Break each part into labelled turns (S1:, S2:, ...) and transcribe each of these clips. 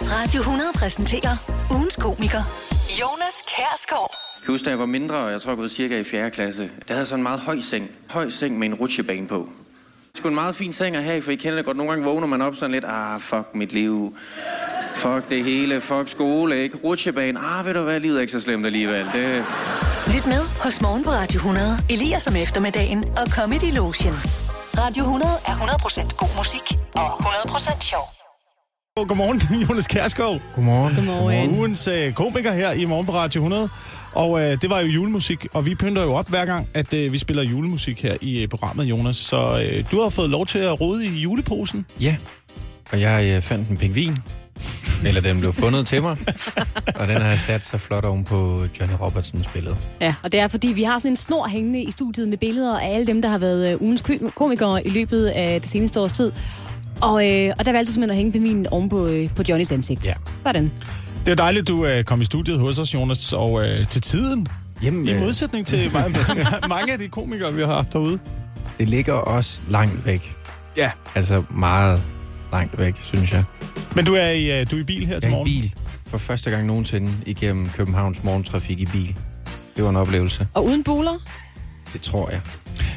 S1: Radio 100 præsenterer ugens komiker, Jonas Kærsgaard.
S2: Jeg kan huske, da jeg var mindre, og jeg tror, jeg var cirka i 4. klasse, der havde jeg sådan en meget høj seng. Høj seng med en rutsjebane på. Det var en meget fin seng at have, for I kender det godt. Nogle gange vågner man op sådan lidt, ah, fuck mit liv. Fuck det hele, fuck skole, ikke? Rutsjebane, ah, ved du hvad, livet er ikke så slemt alligevel. Det...
S1: Lyt med hos Morgen på Radio 100, Elias om eftermiddagen og Comedy Lotion. Radio 100 er 100% god musik og 100% sjov.
S3: Godmorgen, Jonas Kærskov. Godmorgen. Godmorgen. Ugens øh, komiker her i Morgen på Radio 100. Og øh, det var jo julemusik, og vi pynter jo op hver gang, at øh, vi spiller julemusik her i øh, programmet, Jonas. Så øh, du har fået lov til at rode i juleposen.
S4: Ja, og jeg øh, fandt en pingvin. Eller den blev fundet til mig. Og den har jeg sat så flot oven på Johnny Robertsons billede.
S5: Ja, og det er fordi, vi har sådan en snor hængende i studiet med billeder af alle dem, der har været øh, ugens kø- komikere i løbet af det seneste års tid. Og, øh, og der valgte du simpelthen at hænge pingvinen oven på, øh, på Johnnys ansigt.
S4: Ja.
S5: Sådan.
S3: Det er dejligt, du øh, kom i studiet hos os, Jonas, og øh, til tiden.
S4: Jamen,
S3: I
S4: øh,
S3: modsætning til mange, mange af de komikere, vi har haft derude.
S4: det ligger også langt væk.
S3: Ja.
S4: Altså meget langt væk, synes jeg.
S3: Men du er i, øh, du er i bil her til
S4: Jeg er i
S3: morgen.
S4: bil for første gang nogensinde igennem Københavns morgentrafik i bil. Det var en oplevelse.
S5: Og uden buler?
S4: Det tror jeg.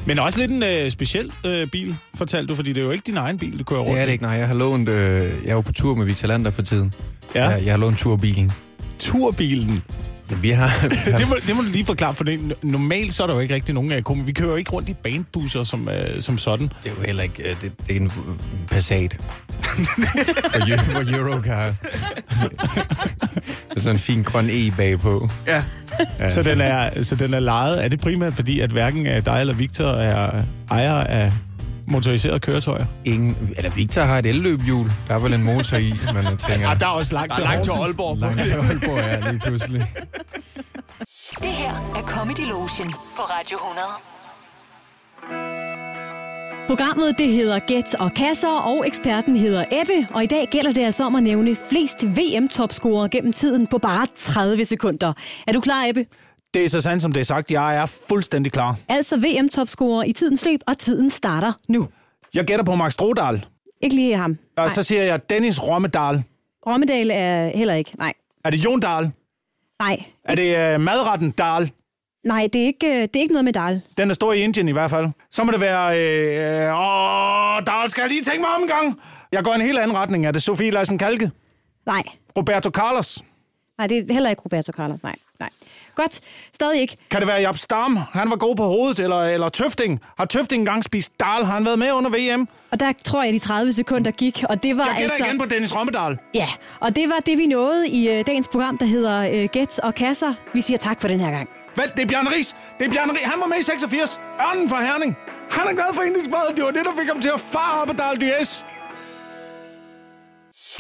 S3: Men også lidt en øh, speciel øh, bil, fortalte du, fordi det er jo ikke din egen bil, du kører rundt
S4: Det er det
S3: i.
S4: ikke. Nej, jeg har lånt... Øh, jeg er jo på tur med Vitalander for tiden.
S3: Ja.
S4: Jeg, jeg har lånt turbilen.
S3: Turbilen.
S4: Ja, vi har...
S3: det, må, det må du lige forklare, for det, normalt så er der jo ikke rigtig nogen af komikere. Vi kører jo ikke rundt i bandbusser som, øh, som sådan.
S4: Det er jo heller ikke... øh, Det, det er en øh, Passat. for, Eu- for Eurocar. Med sådan en fin grøn E bagpå.
S3: Ja.
S4: Ja,
S3: Så den, er, så den er lejet. Er det primært fordi, at hverken øh, dig eller Victor er ejer af motoriserede køretøjer?
S4: Ingen, eller Victor har et elløbhjul. Der er vel en motor i, men jeg tænker...
S3: Ja, der er også langt til Horsens.
S4: Langt til Aalborg, ja, lige pludselig.
S1: Det her er Comedy Lotion på Radio 100.
S5: Programmet det hedder Gæt og Kasser, og eksperten hedder Ebbe, og i dag gælder det altså om at nævne flest VM-topscorer gennem tiden på bare 30 sekunder. Er du klar, Ebbe?
S3: Det er så sandt, som det er sagt. Jeg er fuldstændig klar.
S5: Altså VM-topscorer i tidens løb, og tiden starter nu.
S3: Jeg gætter på Max Strodal.
S5: Ikke lige ham.
S3: Og så siger jeg Dennis Rommedal.
S5: Rommedal er heller ikke. Nej.
S3: Er det Jon Dahl?
S5: Nej.
S3: Er det øh, madretten Dahl?
S5: Nej, det er ikke, øh, det er ikke noget med Dahl.
S3: Den er stor i Indien i hvert fald. Så må det være... Øh, øh, åh, Dahl skal jeg lige tænke mig om en gang. Jeg går i en helt anden retning. Er det Sofie Leisen Kalke?
S5: Nej.
S3: Roberto Carlos?
S5: Nej, det er heller ikke Roberto Carlos. Nej. Nej. Godt. Stadig ikke.
S3: Kan det være Jab Stam? Han var god på hovedet. Eller, eller Tøfting? Har Tøfting engang spist Dahl? Har han været med under VM?
S5: Og der tror jeg, de 30 sekunder gik, og det var
S3: Jeg gætter
S5: altså...
S3: altså... igen på Dennis Rommedal.
S5: Ja, og det var det, vi nåede i øh, dagens program, der hedder øh, Gæt og Kasser. Vi siger tak for den her gang.
S3: Hvad? Det er Bjørn Ries. Det er Bjørn Ries. Han var med i 86. Ørnen fra Herning. Han er glad for indisk mad. Det var det, der fik ham til at fare op ad Dahl Dyes.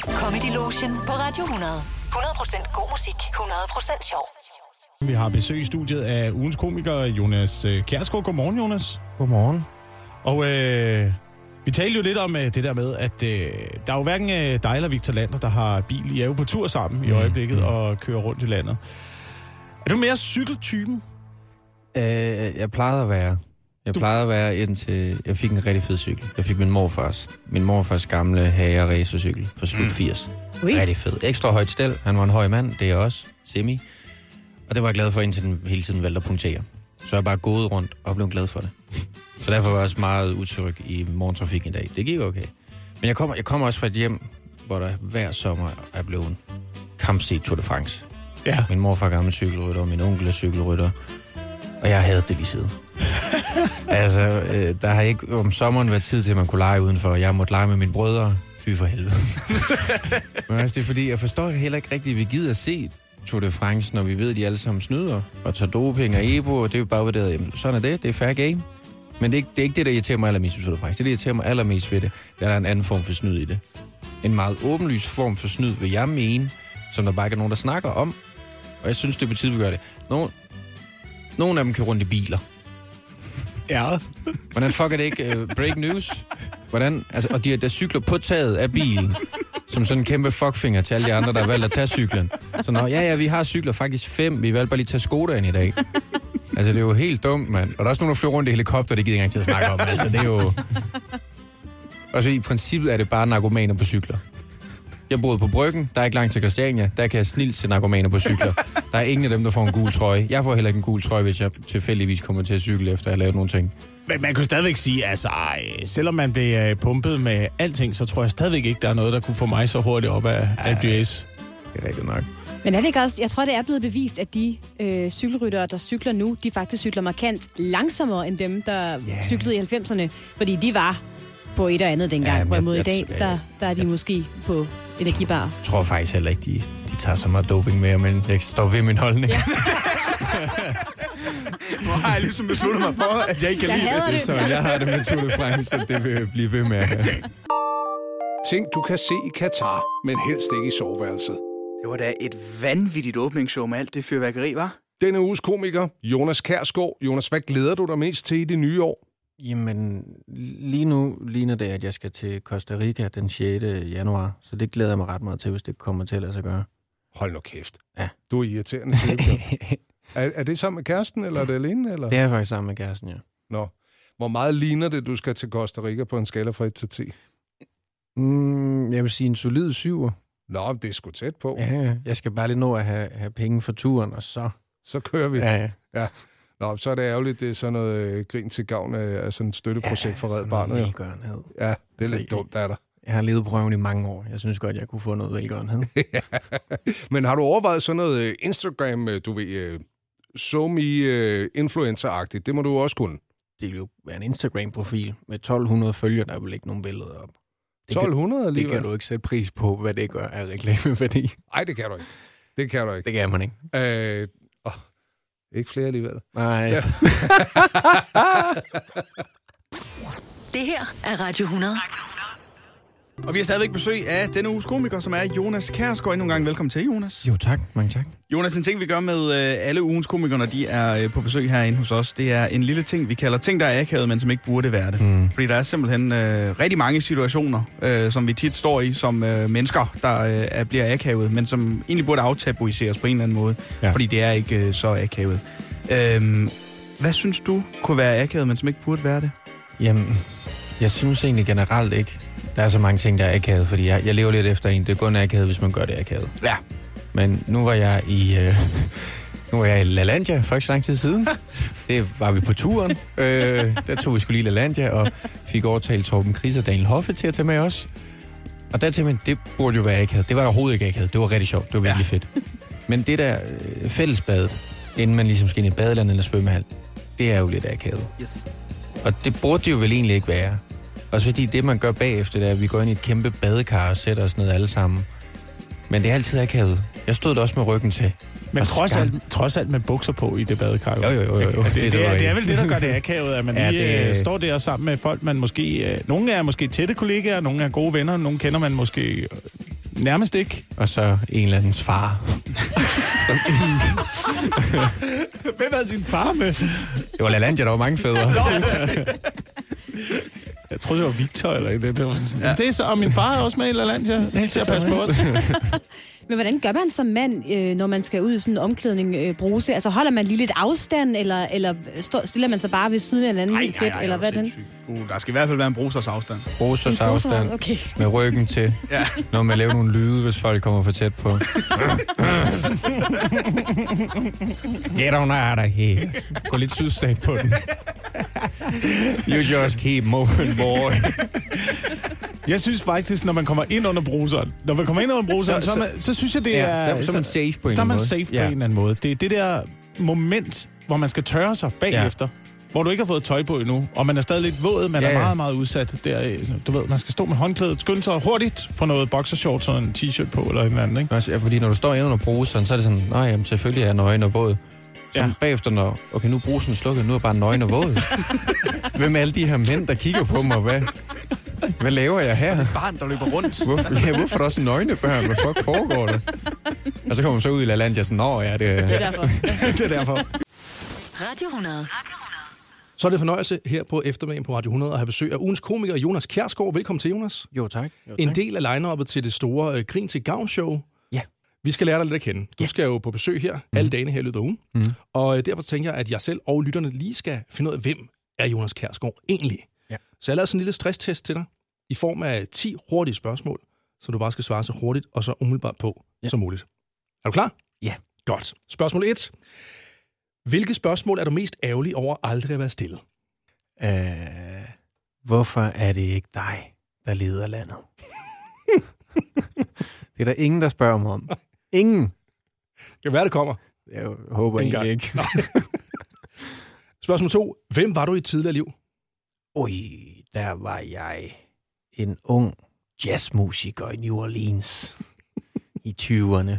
S1: Comedy Lotion på Radio 100. 100% god musik, 100% sjov.
S3: Vi har besøg i studiet af ugens komiker Jonas øh, Kjærsgaard. Godmorgen, Jonas.
S4: Godmorgen.
S3: Og øh, vi talte jo lidt om øh, det der med, at øh, der er jo hverken øh, dig eller Victor Lander, der har bil. I er jo på tur sammen i øjeblikket og kører rundt i landet. Er du mere cykeltypen?
S4: Øh, jeg plejede at være. Jeg plejede at være indtil... Jeg fik en rigtig fed cykel. Jeg fik min morfars. Min morfars gamle hager racercykel fra slut 80.
S5: Ui.
S4: Rigtig fed. Ekstra højt stel. Han var en høj mand. Det er jeg også. Semi. Og det var jeg glad for, indtil den hele tiden valgte at punktere. Så jeg er bare gået rundt og blev glad for det. Så derfor var jeg også meget utryg i morgentrafikken i dag. Det gik okay. Men jeg kommer, jeg kommer også fra et hjem, hvor der hver sommer er blevet kampset Tour de France.
S3: Ja.
S4: Min mor var gammel cykelrytter, og min onkel er cykelrytter. Og jeg havde det lige siden. altså, øh, der har ikke om sommeren været tid til, at man kunne lege udenfor. Jeg måtte lege med mine brødre. Fy for helvede. Men altså, det er fordi, jeg forstår heller ikke rigtigt, at vi gider se Tour de France, når vi ved, at de alle sammen snyder og tager doping og ebo, og det er jo bare vurderet, jamen, sådan er det, det er fair game. Men det er, ikke, det er ikke det, der irriterer mig allermest ved Tour de France. Det, der irriterer mig allermest ved det, det er, at der er en anden form for snyd i det. En meget åbenlys form for snyd, vil jeg mene, som der bare ikke er nogen, der snakker om. Og jeg synes, det er på tide, vi gør det. Nogle, nogle af dem kan rundt i biler.
S3: Ja.
S4: Hvordan fuck er det ikke uh, break news? Hvordan, altså, og de, der cykler på taget af bilen, som sådan en kæmpe fuckfinger til alle de andre, der har valgt at tage cyklen. Så nå, ja, ja, vi har cykler faktisk fem, vi valgte bare lige at tage Skoda'en i dag. Altså, det er jo helt dumt, mand. Og der er også nogen, der flyver rundt i helikopter, det gider jeg ikke engang til at snakke om. Altså, det er jo... Altså, i princippet er det bare narkomaner på cykler. Jeg boede på Bryggen, der er ikke langt til Christiania, der kan jeg snilt se narkomaner på cykler. Der er ingen af dem, der får en gul trøje. Jeg får heller ikke en gul trøje, hvis jeg tilfældigvis kommer til at cykle efter, at jeg har lavet nogle ting.
S3: Men man kunne stadigvæk sige, altså, øh, selvom man blev øh, pumpet med alting, så tror jeg stadigvæk ikke, der er noget, der kunne få mig så hurtigt op af, af DAS.
S4: Det er rigtigt nok.
S5: Men er det ikke også, jeg tror, det er blevet bevist, at de øh, cykelryttere, der cykler nu, de faktisk cykler markant langsommere end dem, der yeah. cyklede i 90'erne. Fordi de var på et og andet dengang.
S4: Ja,
S5: Ja,
S4: men
S5: Hvorimod i
S4: jeg-
S5: dag,
S4: jeg-
S5: der, der er de måske på energibar.
S4: Jeg tror faktisk heller ikke, de, de tager så meget doping mere, men jeg står ved min holdning. Ja.
S6: Nu har jeg ligesom besluttet mig for, at jeg ikke kan
S5: Jeg
S6: lide det.
S5: hader det.
S4: Så jeg har det med Tour de France, så det vil blive ved med at have.
S7: Ting, du kan se i Katar, men helst ikke i soveværelset.
S6: Det var da et vanvittigt åbningsshow med alt det fyrværkeri, var.
S7: Denne uges komiker, Jonas Kærsgaard. Jonas, hvad glæder du dig mest til i det nye år?
S4: Jamen, lige nu ligner det, at jeg skal til Costa Rica den 6. januar, så det glæder jeg mig ret meget til, hvis det kommer til at lade sig gøre.
S7: Hold nu kæft.
S4: Ja.
S7: Du er irriterende. type, jo. er, er det sammen med kæresten, eller er det alene? Eller?
S4: det er jeg faktisk sammen med kæresten, ja.
S7: Nå. Hvor meget ligner det, du skal til Costa Rica på en skala fra 1 til 10?
S4: Mm, jeg vil sige en solid syver.
S7: Nå, det er sgu tæt på. Ja.
S4: Ja, jeg skal bare lige nå at have, have penge for turen, og så...
S7: Så kører vi.
S4: Ja, ja.
S7: Nå, så er det ærgerligt, det er sådan noget øh, grin til gavn af, af sådan et støtteprojekt ja, for Red
S4: sådan
S7: Barnet.
S4: noget
S7: jo.
S4: velgørenhed.
S7: Ja, det er lidt
S4: Altså,
S7: dumt af dig.
S4: Jeg har levet prøven i mange år. Jeg synes godt, jeg kunne få noget velgørenhed.
S7: Men har du overvejet sådan noget øh, Instagram, øh, du ved, øh, somi øh, influencer-agtigt? Det må du også kunne.
S4: Det ville jo være en Instagram-profil med 1200 følgere, der vil ikke nogen billeder op. Det kan-
S7: 1200
S4: Det kan
S7: alligevel?
S4: du ikke sætte pris på, hvad det gør af reklameværdi.
S7: Nej, det kan du ikke. Det kan du ikke.
S4: Det kan man ikke.
S7: Øh, åh, ikke flere alligevel.
S4: Nej. Ja.
S1: Det her er Radio 100.
S6: Og vi har stadigvæk besøg af denne uges komiker, som er Jonas Kærsgaard. Endnu en gang velkommen til, Jonas.
S4: Jo tak, mange tak.
S6: Jonas, en ting, vi gør med øh, alle ugens komikere, når de er øh, på besøg herinde hos os, det er en lille ting, vi kalder ting, der er akavet, men som ikke burde være det. Mm. Fordi der er simpelthen øh, rigtig mange situationer, øh, som vi tit står i som øh, mennesker, der øh, er- bliver akavet, men som egentlig burde aftabuiseres på en eller anden måde, ja.
S4: Ja.
S6: fordi det er ikke øh, så akavet. Øhm, hvad synes du kunne være akavet, men som ikke burde være det?
S4: Jamen, jeg synes egentlig generelt ikke, der er så mange ting, der er akavet, fordi jeg, jeg lever lidt efter en. Det er kun akavet, hvis man gør det akavet.
S6: Ja.
S4: Men nu var jeg i... Øh, nu var jeg i La Landia for ikke så lang tid siden. Det var vi på turen. Øh, der tog vi skulle lige La Landia og fik overtalt Torben Chris og Daniel Hoffe til at tage med os. Og der tænkte man, det burde jo være akavet. Det var overhovedet ikke akavet. Det var rigtig sjovt. Det var virkelig ja. fedt. Men det der øh, fællesbad, inden man ligesom skal ind i badeland eller svømmehal, det er jo lidt akavet.
S6: Yes.
S4: Og det burde det jo vel egentlig ikke være. Også fordi det, man gør bagefter, det er, at vi går ind i et kæmpe badekar og sætter os ned alle sammen. Men det er altid akavet. Jeg stod der også med ryggen til.
S3: Men
S4: Og
S3: trods
S4: skam.
S3: alt, trods alt med bukser på i det badekar.
S4: Jo, jo, jo, jo.
S3: Det, det, det, er, det er vel det, der gør det akavet, at man
S4: Ja,
S3: lige
S4: det-
S3: det... står der sammen med folk, man måske... Øh, nogle er måske tætte kollegaer, nogle er gode venner, nogle kender man måske øh, nærmest ikke.
S4: Og så en eller andens far.
S3: Hvem er sin far med?
S4: Det var Lalandia, der var mange fædre.
S3: Jeg troede, det var Victor eller det. Det, var sådan, ja. det er så, og min far er også med i La Landia, til at passe på os.
S5: Men hvordan gør man som mand, øh, når man skal ud i sådan en omklædning øh, bruse? Altså holder man lige lidt afstand, eller, eller stå, stiller man sig bare ved siden af en anden helt tæt, eller hvad er den?
S6: Uh, der skal i hvert fald være en brusers afstand.
S4: Rosers afstand.
S5: Okay.
S4: Med ryggen til.
S6: Ja.
S4: Når man laver nogle lyde, hvis folk kommer for tæt på. Get on out of here. Gå lidt sydstat på den. You just keep moving, boy.
S3: Jeg synes faktisk, når man kommer ind under bruseren, når man kommer ind under bruseren, så, så, så, man, så synes jeg, det
S4: Ja,
S3: er...
S4: der- så er man safe på en
S3: så er
S4: eller
S3: man
S4: anden
S3: safe
S4: måde.
S3: på
S4: Ja.
S3: en eller anden måde. Det er det der moment, hvor man skal tørre sig bagefter. Hvor du ikke har fået tøj på endnu, og man er stadig lidt våd, man
S4: Ja,
S3: er
S4: ja.
S3: meget, meget udsat. Der, øh, du ved, man skal stå med håndklædet, skynde sig hurtigt, få noget boxershorts og en t-shirt på eller et eller andet, ikke?
S4: Også, ja, fordi når du står inde under bruseren, så er det sådan, nej, jamen, selvfølgelig er jeg nøgen og våd. Så
S3: Ja.
S4: ja. bagefter, når, okay, nu er brusen slukket, nu er jeg bare nøgen og våd. Hvem er alle de her mænd, der kigger på mig? Hvad, hvad laver jeg her?
S6: Barn, der løber rundt.
S4: Hvorfor, ja, hvorfor er der også nøgne børn? Hvad fuck foregår der? Og så kommer man så ud i La Landia, sådan, nå, ja, det,
S5: Det er derfor.
S6: det er derfor.
S1: Radio 100.
S8: Så er det fornøjelse her på eftermiddagen på Radio 100 at have besøg af ugens komiker Jonas Kjærsgaard. Velkommen til, Jonas.
S4: Jo, tak. Jo,
S8: En del af line til det store øh, Grin til Gavn show.
S4: Ja. Mhm.
S8: Vi skal lære dig lidt at kende. Du ja. skal jo på besøg her alle dagene her i løbet af ugen. Mm. Og øh, derfor tænker jeg, at jeg selv og lytterne lige skal finde ud af, hvem er Jonas Kjærsgaard egentlig?
S4: Ja.
S8: Så jeg har lavet sådan en lille stresstest til dig i form af 10 hurtige spørgsmål, som du bare skal svare så hurtigt og så umiddelbart på ja. som muligt. Er du klar?
S4: Ja.
S8: Godt. Spørgsmål 1. Hvilket spørgsmål er du mest ærgerlig over aldrig at være stillet?
S4: Øh, hvorfor er det ikke dig, der leder landet? det er der ingen, der spørger mig om. Ingen.
S8: Det kan være, det kommer.
S4: Jeg håber
S8: Ingen
S4: egentlig ikke.
S8: Spørgsmål 2. Hvem var du i et tidligere liv?
S4: Oj, der var jeg en ung jazzmusiker i New Orleans i 20'erne.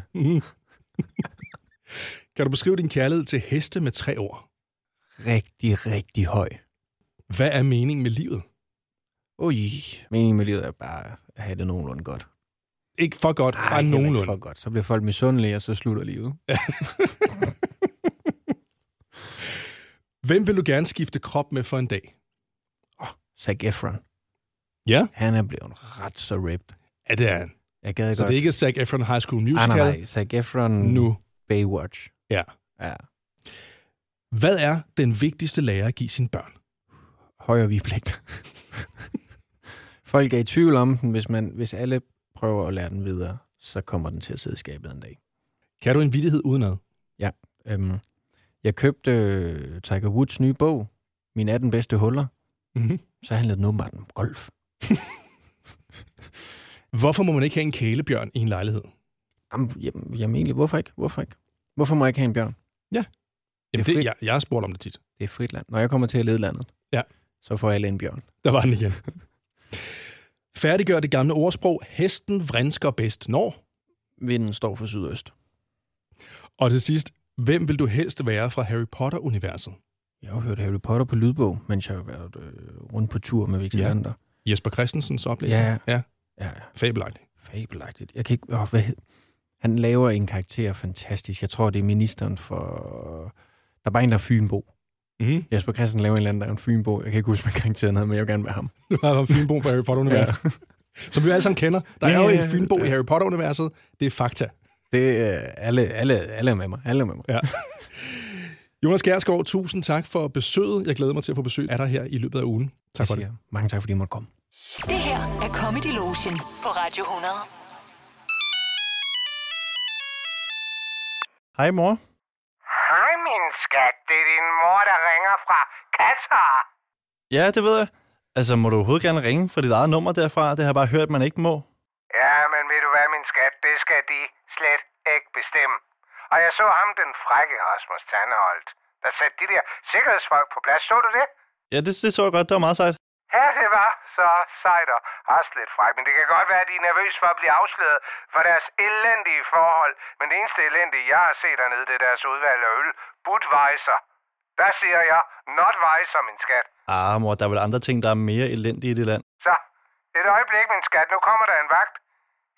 S8: Kan du beskrive din kærlighed til heste med tre ord?
S4: Rigtig, rigtig høj.
S8: Hvad er meningen med livet?
S4: Oj, meningen med livet er bare at have det nogenlunde godt.
S8: Ikke for godt,
S4: Ej,
S8: bare
S4: heller ikke
S8: nogenlunde.
S4: For godt. Så bliver folk misundelige, og så slutter livet.
S8: Hvem vil du gerne skifte krop med for en dag?
S4: Zac Efron,
S8: Ja.
S4: han er blevet ret så ripped.
S8: Ja, det er han.
S4: Jeg gad
S8: Så
S4: godt.
S8: det er ikke Zac Efron High School
S4: ah,
S8: Musical
S4: nej, nej. Zac Efron,
S8: nu.
S4: Baywatch.
S8: Ja.
S4: Ja.
S8: Hvad er den vigtigste lære at give sine børn?
S4: højere vigepligt. Folk er i tvivl om den, hvis, man, hvis alle prøver at lære den videre, så kommer den til at sidde i skabet en dag.
S8: Kan du en vittighed udenad?
S4: Øhm, jeg købte øh, Tiger Woods nye bog, Min 18 bedste huller,
S8: Mm-hmm.
S3: Mhm.
S4: så handlede den åbenbart om golf.
S8: Hvorfor må man ikke have en kælebjørn i en lejlighed?
S4: Jamen, jamen, jamen egentlig, hvorfor ikke? Hvorfor ikke? Hvorfor må jeg ikke have en bjørn?
S8: Jamen,
S4: Det er
S8: det,
S4: frit.
S8: jeg, jeg har spurgt om det tit.
S4: Det er frit land. Når jeg kommer til at lede landet,
S8: Ja.
S4: så får alle en bjørn.
S8: Der var den igen. Færdiggør det gamle ordsprog, hesten vrinsker bedst når.
S4: Vinden står for sydøst.
S8: Og til sidst, hvem vil du helst være fra Harry Potter-universet?
S4: Jeg har hørt Harry Potter på lydbog, mens jeg har været øh, rundt på tur med Vigilanter.
S8: Jesper Christensens oplæsning?
S4: Ja.
S8: ja.
S4: Ja. ja.
S8: Fabelagtigt.
S4: fabelagtigt. Jeg kan ikke... Åh, hvad hed? Han laver en karakter fantastisk. Jeg tror, det er ministeren for... Der er bare en, der er Fynbo.
S8: Mm.
S4: Jesper Christensen laver en eller anden, der er en Fynbo. Jeg kan ikke huske, hvad karakteren hedder, men jeg vil gerne være ham.
S8: Du har en fynbo fra Harry Potter-universet. ja. Som vi alle sammen kender. Der er
S4: Ja,
S8: jo
S4: ja,
S8: en fynbo
S4: ja.
S8: i Harry Potter-universet. Det er fakta.
S4: Det er alle, alle, alle er med mig. Alle er med mig.
S8: Jonas Kjærsgaard, tusind tak for besøget. Jeg glæder mig til at få besøg af dig her i løbet af ugen. Tak
S4: Jeg
S8: for det.
S4: siger, mange tak, fordi I måtte komme.
S1: Det her er Comedy Lotion på Radio 100.
S3: Hej, mor.
S9: Hej, min skat. Det er din mor, der ringer fra Katar.
S10: Ja, det ved jeg. Altså, må du overhovedet gerne ringe fra dit eget nummer derfra? Det har jeg bare hørt, man ikke må.
S9: Ja, men ved du hvad, min skat? Det skal de slet ikke bestemme. Og jeg så ham, den frække Rasmus Tandeholt, der satte de der sikkerhedsfolk på plads. Så du det?
S10: Ja, det, det så jeg godt. Det var meget sejt.
S9: Ja, det var så sejt og også lidt fræk, men det kan godt være, at de er nervøs for at blive afsløret for deres elendige forhold. Men det eneste elendige, jeg har set dernede, det er deres udvalg af øl. Budweiser. Der siger jeg, not Weiser, min skat.
S10: Ah, mor, der er vel andre ting, der er mere elendige i det land.
S9: Så, et øjeblik, min skat. Nu kommer der en vagt.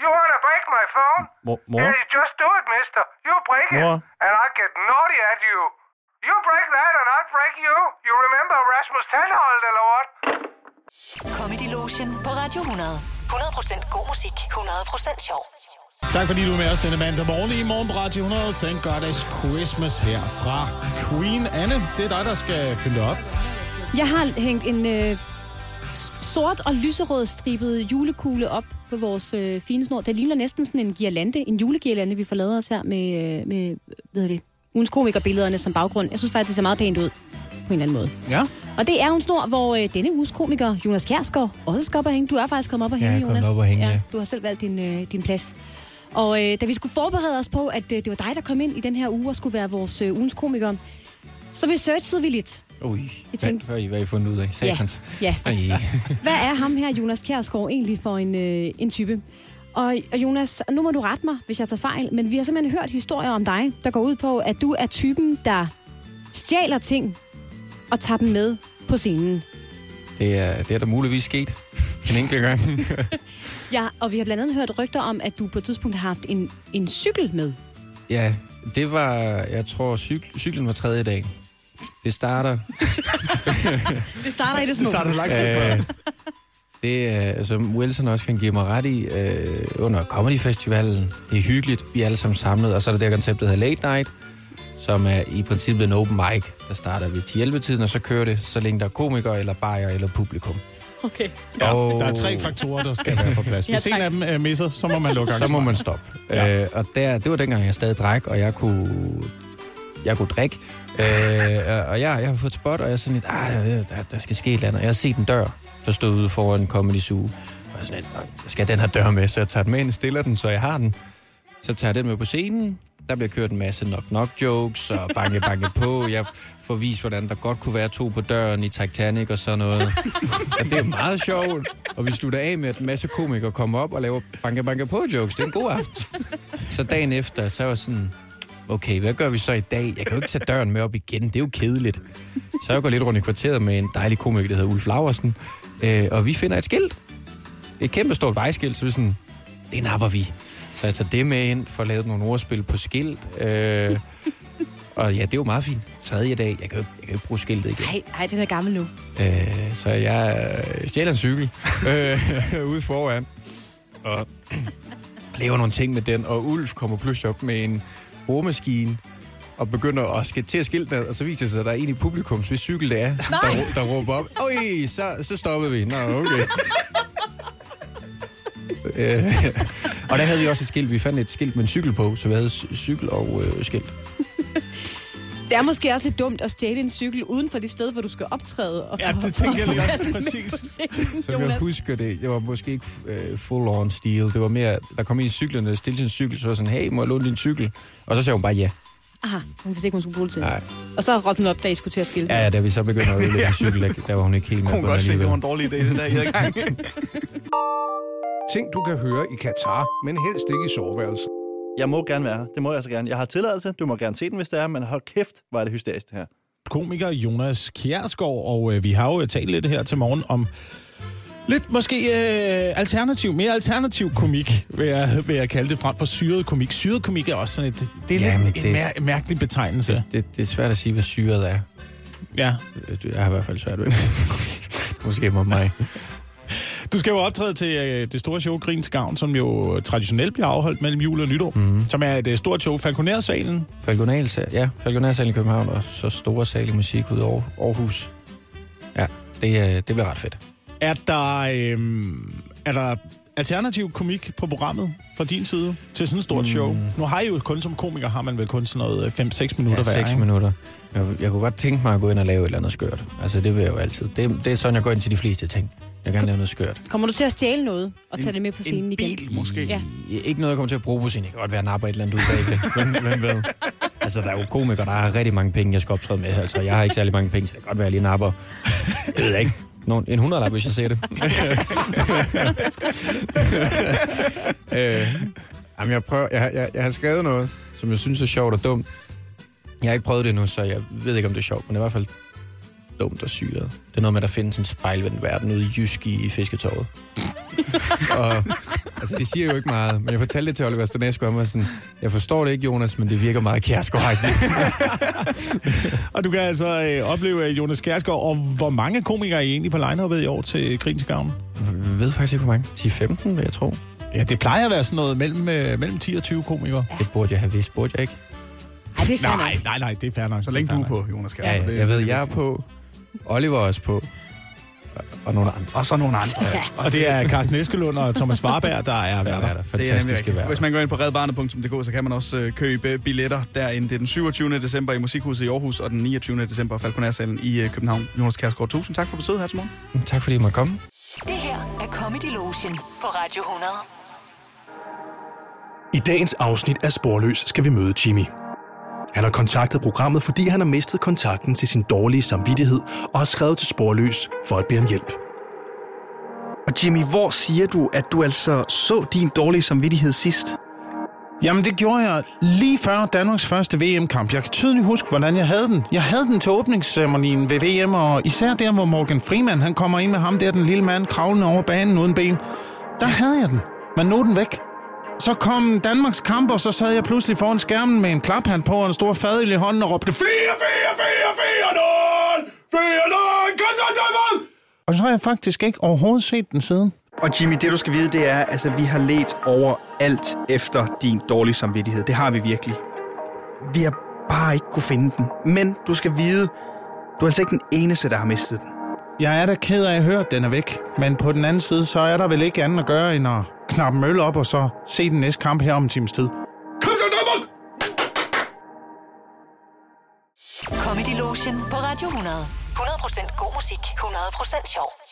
S9: You wanna break my phone?
S10: Mor? mor?
S9: Yeah, you just do it, mister. You break
S10: Mor?
S9: it, and I get naughty at you. You break that, and I break you. You remember Rasmus Tandholt, eller what?
S1: Comedy Lotion på Radio 100. 100% god musik, 100% sjov.
S3: Tak fordi du er med os denne mandag morgen i morgen på Radio 100. Thank God it's Christmas her fra Queen Anne. Det er dig, der skal pynte op.
S5: Jeg har hængt en øh, s- sort og lyserød stribet julekugle op på vores øh, fine snor. Det ligner næsten sådan en girlande, en julegirlande, vi får lavet os her med, øh, med hvad hedder det, ugens komikerbillederne som baggrund. Jeg synes faktisk, det ser meget pænt ud på en eller anden måde.
S3: Ja.
S5: Og det er jo en snor, hvor øh, denne uges komiker, Jonas Kjærsgaard, også skal op og hænge. Du er faktisk kommet op og
S4: Ja,
S5: hænge,
S4: jeg er kommet
S5: Jonas.
S4: op og hænge, ja.
S5: Du har selv valgt din, øh, din plads. Og øh, da vi skulle forberede os på, at øh, det var dig, der kom ind i den her uge og skulle være vores øh, ugens komiker, så researchede vi lidt.
S4: Ui,
S5: tænkte-
S4: hvad, hvad, I- hvad har I fundet ud af? Satans.
S5: Ja.
S4: Ej.
S5: Hvad er ham her, Jonas Kjærsgaard, egentlig for en, øh, en type? Og, og Jonas, nu må du rette mig, hvis jeg tager fejl, men vi har simpelthen hørt historier om dig, der går ud på, at du er typen, der stjæler ting og tager dem med på scenen.
S4: Det, er, det er der muligvis sket en enkelt gang.
S5: Ja, og vi har blandt andet hørt rygter om, at du på et tidspunkt har haft en, en cykel med.
S4: ja, det var, jeg tror, cyk, cyklen var tredje dag. Det starter
S5: Det starter i det små.
S3: lang
S4: Øh, det er, som Wilson også kan give mig ret i, øh, under Comedy Festivalen. Det er hyggeligt, vi er alle sammen samlet. Og så er der det her koncept, der hedder Late Night, som er i princippet en open mic. Der starter vi til 11-tiden, og så kører det, så længe der er komikere, eller bajer, eller publikum.
S5: Okay.
S3: Ja, Der er tre faktorer, der skal være på plads.
S5: Ja,
S3: Hvis en
S5: tak.
S3: af dem øh, misser, så må man lukke
S4: Så må
S3: arrangementet.
S4: man stoppe. Ja. Øh, og der, det var dengang, jeg stadig drak, og jeg kunne, jeg kunne drikke. Øh, og- og jeg, jeg har fået spot, og jeg er sådan lidt, "Ah, jeg ved, der, der skal ske et eller andet. Og Jeg har set en dør, der stod ude foran Comedy Zoo. Og jeg er sådan lidt, "Nå, jeg skal have den her dør med, så jeg tager den med ind, stiller den, så jeg har den. Så tager jeg den med på scenen. Der bliver kørt en masse knock-knock-jokes og banke-banke på. Jeg får vist, hvordan der godt kunne være to på døren i Titanic og sådan noget. Og det er meget sjovt. Og vi slutter af med, at en masse komikere kommer op og laver banke-banke-på-jokes. Det er en god aften. Så dagen efter, så var jeg sådan, okay, hvad gør vi så i dag? Jeg kan jo ikke tage døren med op igen, det er jo kedeligt. Så jeg går lidt rundt i kvarteret med en dejlig komiker, der hedder Ulf Laversen. Øh, og vi finder et skilt. Et kæmpe stort vejskilt, så vi er sådan, det napper vi. Så jeg tager det med ind, får lavet nogle ordspil på skilt. Øh, og ja, det er jo meget fint. Tredje dag, jeg kan jo, jeg kan jo ikke bruge skiltet igen.
S5: Ej, ej, den er gammel nu.
S4: Øh, så jeg øh, stjæler en cykel øh, ude foran og laver nogle ting med den. Og Ulf kommer pludselig op med en boremaskine og begynder at skal til at skilte ned, og så viser det sig, at der er en i publikum, hvis cykel det er, der, rå- der råber op, Øj, så, så stoppede vi. Nå, okay. øh, og der havde vi også et skilt. Vi fandt et skilt med en cykel på, så vi havde cy- cykel og øh, skilt.
S5: Det er måske også lidt dumt at stjæle en cykel uden for det sted, hvor du skal optræde. Og
S3: Ja, det tænker jeg lige også.
S5: og- og-
S3: Præcis.
S5: på scenen,
S4: Som jeg
S5: Jonas.
S4: husker det, det var måske ikke øh, full on steel. Det var mere, der kom en i cyklen og stillede sin cykel, så var jeg sådan, hey, må jeg låne din cykel? Og så sagde hun bare ja.
S5: Aha, hun vidste ikke, hun skulle bruge det til.
S4: Nej.
S5: Og så råbte hun op, da I skulle til at skille.
S4: Ja, ja, da vi så begynder at ødelægge en cykel, der, der var hun ikke helt med
S6: Kunne
S4: på
S6: godt
S4: det
S6: se, det var
S4: alligevel.
S6: en dårlig idé, det der i gang.
S7: Ting, du kan høre i Katar, men helst ikke i soveværelset.
S10: Jeg må gerne være her. Det må jeg så gerne. Jeg har tilladelse. Du må gerne se den, hvis det er, men hold kæft, var det hysterisk det her.
S3: komiker Jonas Kjærsgaard, og øh, vi har jo talt lidt her til morgen om lidt måske øh, alternativ, mere alternativ komik, vil jeg, vil jeg kalde det frem for syret komik. Syret komik er også sådan et, det er
S4: Jamen,
S3: lidt en
S4: det-
S3: mær- mærkelig betegnelse.
S4: Det, det, er svært at sige, hvad syret er.
S3: Ja.
S4: Øh, Jeg har i hvert fald svært ved det. Måske mod mig.
S3: Du skal jo optræde til øh, det store show Grins Gavn, som jo traditionelt bliver afholdt mellem jul og nytår,
S4: Mhm.
S3: mm. som er et øh, stort show. Falconer-salen,
S4: Falconersal, ja. Falconersal i København, og så store sal i musik ud over Aarhus. Ja, det, øh, det bliver ret fedt.
S3: er der, øh, er der alternativ komik på programmet fra din side til sådan et stort show? Nu har I jo kun som komiker, har man vel kun sådan noget 5-6 minutter
S4: Ja,
S3: hver,
S4: 6
S3: ikke?
S4: minutter. Jeg, jeg kunne godt tænke mig at gå ind og lave et eller andet skørt. Altså, det vil jeg jo altid. Det, det er sådan, jeg går ind til de fleste ting. Jeg kan gerne lave noget skørt.
S5: Kommer du til at stjæle noget og tage det med på scenen
S6: en
S5: igen?
S6: bil, måske.
S5: Ja.
S4: Ikke noget, jeg kommer til at bruge på scenen. Jeg kan godt være at napper et eller andet ud bag det. Hvem, hvem ved? Altså, der er jo komikere, der har rigtig mange penge, jeg skal optræde med. Altså, jeg har ikke særlig mange penge, så det kan godt være, at jeg lige napper. Jeg ved ikke. Nogen, en 100 hvis jeg ser det. øh, jamen, jeg, prøver, jeg, jeg, jeg har skrevet noget, som jeg synes er sjovt og dumt. Jeg har ikke prøvet det endnu, så jeg ved ikke, om det er sjovt, men det er i hvert fald dumt og syret. Det er noget med, at der findes en spejlvendt verden ude i Jysk i, i fisketåret. og, altså, det siger jo ikke meget, men jeg fortalte det til Oliver Stanesco, og han var sådan, jeg forstår det ikke, Jonas, men det virker meget kærskåragtigt.
S3: Og du kan altså øh, opleve øh, Jonas Kjærsgaard, og hvor mange komikere er I egentlig på line i år til Grin til Gavn?
S4: Jeg ved faktisk ikke, hvor mange. 10-15, vil jeg tro.
S3: Ja, det plejer at være sådan noget mellem, øh, mellem 10 og 20 komikere.
S4: Det burde jeg have vidst, burde jeg ikke?
S5: Ej, det er fair
S3: Nej,
S5: nok.
S3: nej, nej, det er fair nok.
S6: Så længe
S3: Det
S6: du
S3: fair
S6: er på, Jonas Kjær.
S4: Ja, ja, Øh, jeg ved, jeg er på. Oliver er også på. Og- Og nogle andre.
S6: Og så nogle andre.
S3: nok. Og det er Carsten Eskelund og Thomas Warberg, der er
S4: Ja,
S3: værter.
S4: der er der.
S6: Det er nemlig
S4: Fantastiske
S6: rigtigt. Hvis
S4: værter.
S6: man går ind på redbarnet.dk, så kan man også øh, købe billetter derinde. Det er den 27. december i Musikhuset i Aarhus, og den 29. december i Falconersalen i øh, København. Jonas Kjærsgaard, tusind tak for besøget her til morgen.
S4: Mm, Tak fordi I måtte komme.
S1: Det her er Comedy Lotion på Radio 100.
S11: I dagens afsnit af Sporløs skal vi møde Jimmy. Han har kontaktet programmet, fordi han har mistet kontakten til sin dårlige samvittighed og har skrevet til Sporløs for at bede om hjælp.
S6: Og Jimmy, hvor siger du, at du altså så din dårlige samvittighed sidst?
S3: Jamen, det gjorde jeg lige før Danmarks første VM-kamp. Jeg kan tydeligt huske, hvordan jeg havde den. Jeg havde den til åbningsceremonien ved VM, og især der, hvor Morgan Freeman han kommer ind med ham der, den lille mand, kravlende over banen uden ben. Der havde jeg den, men nu er den væk. Så kom Danmarks kamp, og så sad jeg pludselig foran skærmen med en klaphand på og en stor fadøl i hånden og råbte 4 4 4 4 0 4 0 Konstantinopel! Og så har jeg faktisk ikke overhovedet set den siden.
S6: Og Jimmy, det du skal vide, det er, altså vi har let over alt efter din dårlige samvittighed. Det har vi virkelig. Vi har bare ikke kunne finde den. Men du skal vide, du er altså ikke den eneste, der har mistet den.
S3: Jeg er da ked af at høre, at den er væk. Men på den anden side, så er der vel ikke andet at gøre, end at knappe en øl op og så se den næste kamp her om en times tid.
S1: Kom så, Danmark! Comedy Lotion på Radio 100. 100% god musik, 100% sjov.